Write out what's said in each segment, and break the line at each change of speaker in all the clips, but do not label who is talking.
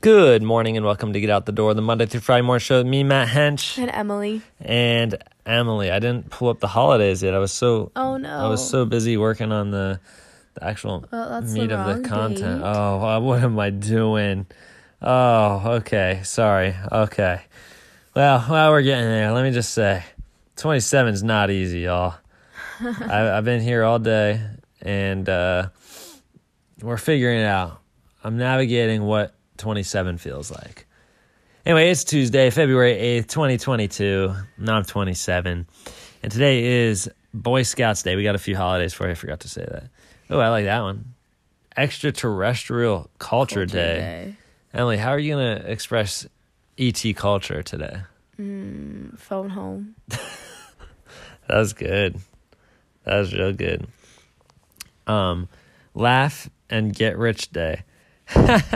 Good morning and welcome to Get Out the Door, the Monday through Friday morning show. with Me, Matt Hench,
And Emily.
and Emily. I didn't pull up the holidays yet. I was so
Oh no.
I was so busy working on the the actual
Well, that's the
meat of
wrong
the content.
date.
Oh, uh, what am I doing? Oh, okay. Sorry. Okay. Well, well, we're getting there. Let me just say, twenty seven's not easy, y'all. I, I've been here all day, and uh, we're figuring it out. I'm navigating what twenty seven feels like. Anyway, it's Tuesday, February eighth, twenty twenty two. Now I'm twenty seven. And today is Boy Scouts Day. We got a few holidays for you. I forgot to say that. Oh, I like that one. Extraterrestrial Culture, Day. Emily, how are you going to express ET culture today?
Phone home.
That was good. That was real good. Um, laugh and get rich day.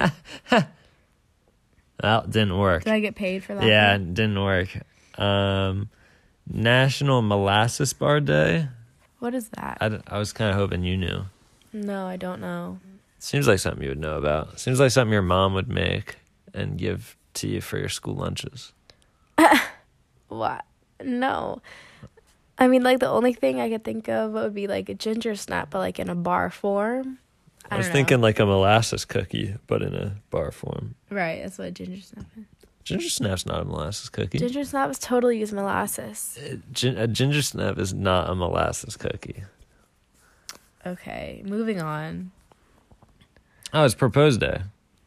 that didn't work.
Did I get paid for that?
Yeah, it didn't work. Um, National Molasses Bar Day.
What is that?
I, d- I was kind of hoping you knew.
no, I don't know.
Seems like something you would know about. Seems like something your mom would make and give to you for your school lunches.
What? No. I mean, like the only thing I could think of would be like a ginger snap, but like in a bar form.
I,
I
was
don't know.
thinking like a molasses cookie, but in a bar form.
Right, that's what ginger snap is.
Ginger snap's not a molasses cookie.
Ginger snap is totally used molasses.
Gin- a ginger snap is not a molasses cookie.
Okay, moving on.
Oh, it's proposed day.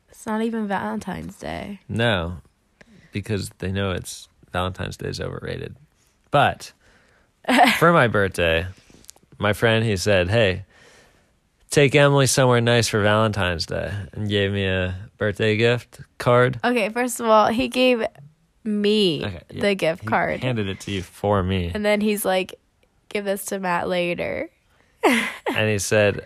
It's not even Valentine's Day.
No, because they know it's Valentine's Day is overrated. But for my birthday, my friend he said, "Hey, take Emily somewhere nice for Valentine's Day," and gave me a birthday gift card.
Okay, first of all, he gave me
Okay, yeah,
the gift
He
card.
handed it to you for me,
And then he's like, give this to Matt later.
and he said,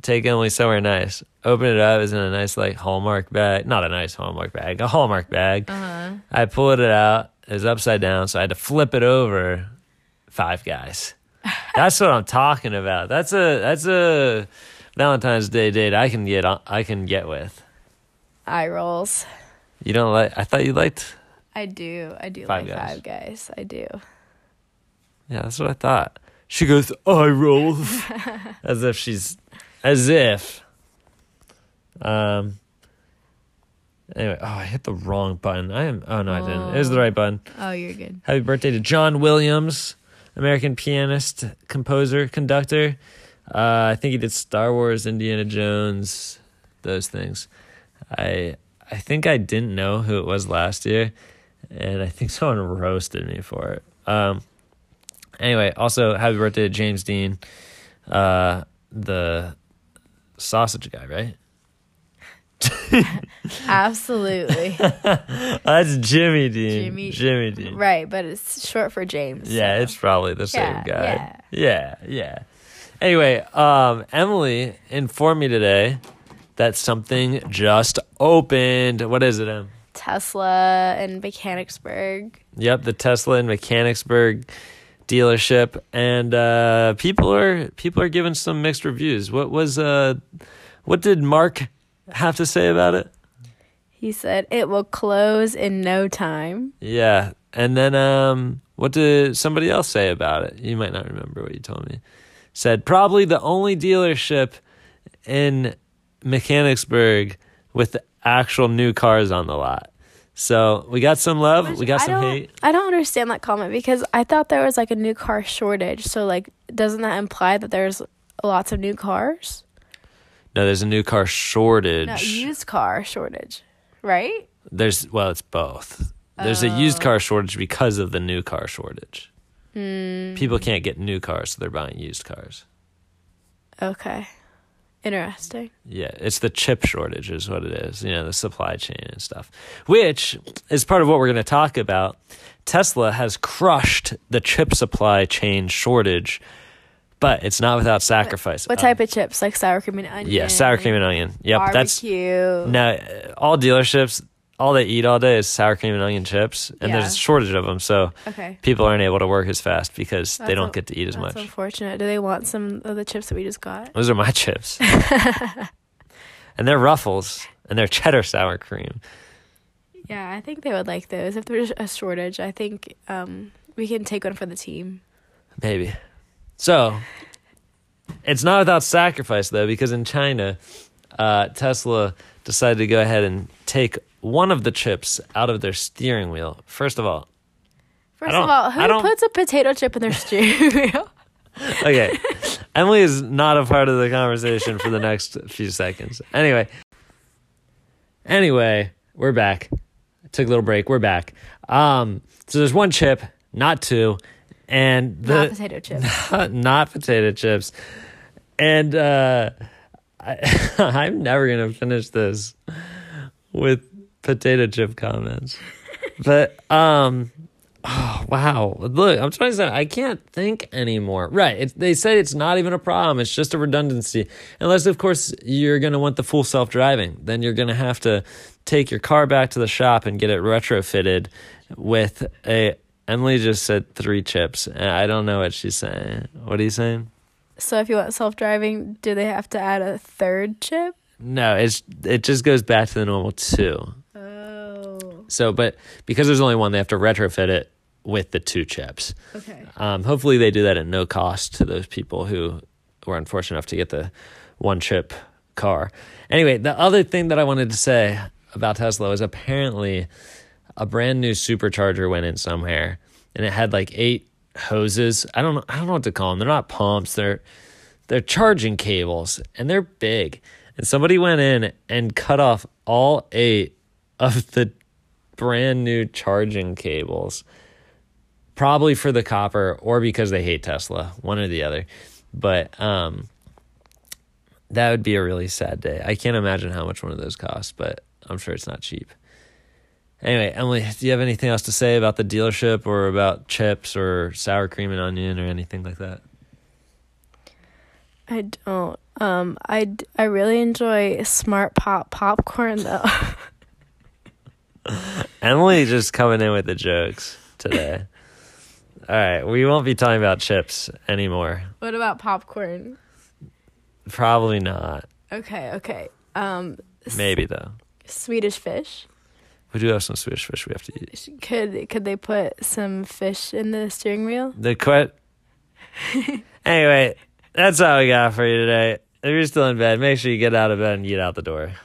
"Take Emily somewhere nice." Open it up. It's in a nice like Hallmark bag, not a nice Hallmark bag, a Hallmark bag.
Uh-huh.
I pulled it out. It was upside down, so I had to flip it over. Five guys. That's what I'm talking about. That's a that's a Valentine's Day date I can get on, I can get with.
Eye rolls.
You don't like? I thought you liked.
I do. I do
Five
like
Guys.
Five Guys. I do.
Yeah, that's what I thought. She goes eye roll, as if she's as if. Um. Anyway, oh, I hit the wrong button. I am. Oh no, I didn't. It was the right button.
Oh, you're good.
Happy birthday to John Williams, American pianist, composer, conductor. Uh, I think he did Star Wars, Indiana Jones, those things. I I think I didn't know who it was last year, and I think someone roasted me for it. Um, anyway, also happy birthday to James Dean, uh, the sausage guy, right?
Absolutely.
That's Jimmy Dean.
Jimmy-
Jimmy Dean.
right, but it's short for James.
Yeah, it's probably the
Yeah,
same guy. Yeah,
yeah.
yeah. Anyway, um, Emily informed me today that something just opened. What is it, Em?
Tesla and Mechanicsburg.
Yep, the Tesla in Mechanicsburg dealership, and uh, people are people are giving some mixed reviews. What was uh, what did Mark have to say about it?
He said it will close in no time.
Yeah, and then um, what did somebody else say about it? You might not remember what you told me. Said probably the only dealership in Mechanicsburg with the actual new cars on the lot. So we got some love, we got
I
some
don't-
hate.
I don't understand that comment because I thought there was like a new car shortage. So, like, doesn't that imply that there's lots of new cars?
No, there's a new car shortage.
No, used car shortage, right?
there's well, it's both. There's a used
Oh.
car shortage because of the new car shortage.
Hmm.
People can't get new cars, so they're buying used cars.
Okay. Interesting.
Yeah, it's the chip shortage is what it is. You know, the supply chain and stuff, which is part of what we're going to talk about. Tesla has crushed the chip supply chain shortage, but it's not without sacrifice.
What
Uh,
type of chips? Like sour cream and onion.
yeah, sour cream and onion. Yep, that's
barbecue.
now uh, all dealerships. All they eat all day is sour cream and onion chips, and
Yeah.
there's a shortage of them, so
Okay.
people aren't able to work as fast because they
That's
don't
a-
get to eat as
That's
much.
unfortunate. Do they want some of the chips that we just got?
Those are my chips, and they're Ruffles, and they're cheddar sour cream.
Yeah, I think they would like those. If there's a shortage, I think um, we can take one for the team.
Maybe. So it's not without sacrifice though, because in China, uh, Tesla decided to go ahead and take one of the chips out of their steering wheel. First of all,
First
don't-
of all,
I
who
don't-
puts a potato chip in their steering wheel?
okay, Emily is not a part of the conversation for the next few seconds. Anyway, anyway, we're back. Took a little break. We're back. Um, so there's one chip, not two, and the
Not potato chip.
not potato chips. And uh, I, I'm never going to finish this with potato chip comments. But, um, oh, wow. Look, I'm trying to say, I can't think anymore. Right. It's they say it's not even a problem. It's just a redundancy. Unless, of course, you're going to want the full self driving. Then you're going to have to take your car back to the shop and get it retrofitted with a. Emily just said three chips. and I don't know what she's saying. What are you saying?
So if you want self driving, do they have to add a third chip?
No, it's it just goes back to the normal two.
Oh,
So, but because there's only one, they have to retrofit it with the two chips.
okay.
Um, hopefully, they do that at no cost to those people who were unfortunate enough to get the one chip car. Anyway, the other thing that I wanted to say about Tesla is apparently a brand new supercharger went in somewhere, and it had like eight hoses. I don't know. I don't know what to call them. They're not pumps. They're they're charging cables, and they're big. And somebody went in and cut off all eight of the brand new charging cables probably for the copper or because they hate Tesla, one or the other. But um, that would be a really sad day. I can't imagine how much one of those costs, but I'm sure it's not cheap. Anyway, Emily, do you have anything else to say about the dealership or about chips or sour cream and onion or anything like that?
I don't. Um, I, d- I really enjoy Smart Pop popcorn though.
Emily just coming in with the jokes today. All right, we won't be talking about chips anymore.
what about popcorn?
Probably not.
Okay, okay. Um, s-
Maybe though.
Swedish fish.
We do have some Swedish fish we have to eat.
Sh- Could could they put some fish in the steering wheel?
The quit. anyway, that's all we got for you today. If you're still in bed, make sure you get out of bed and get out the door.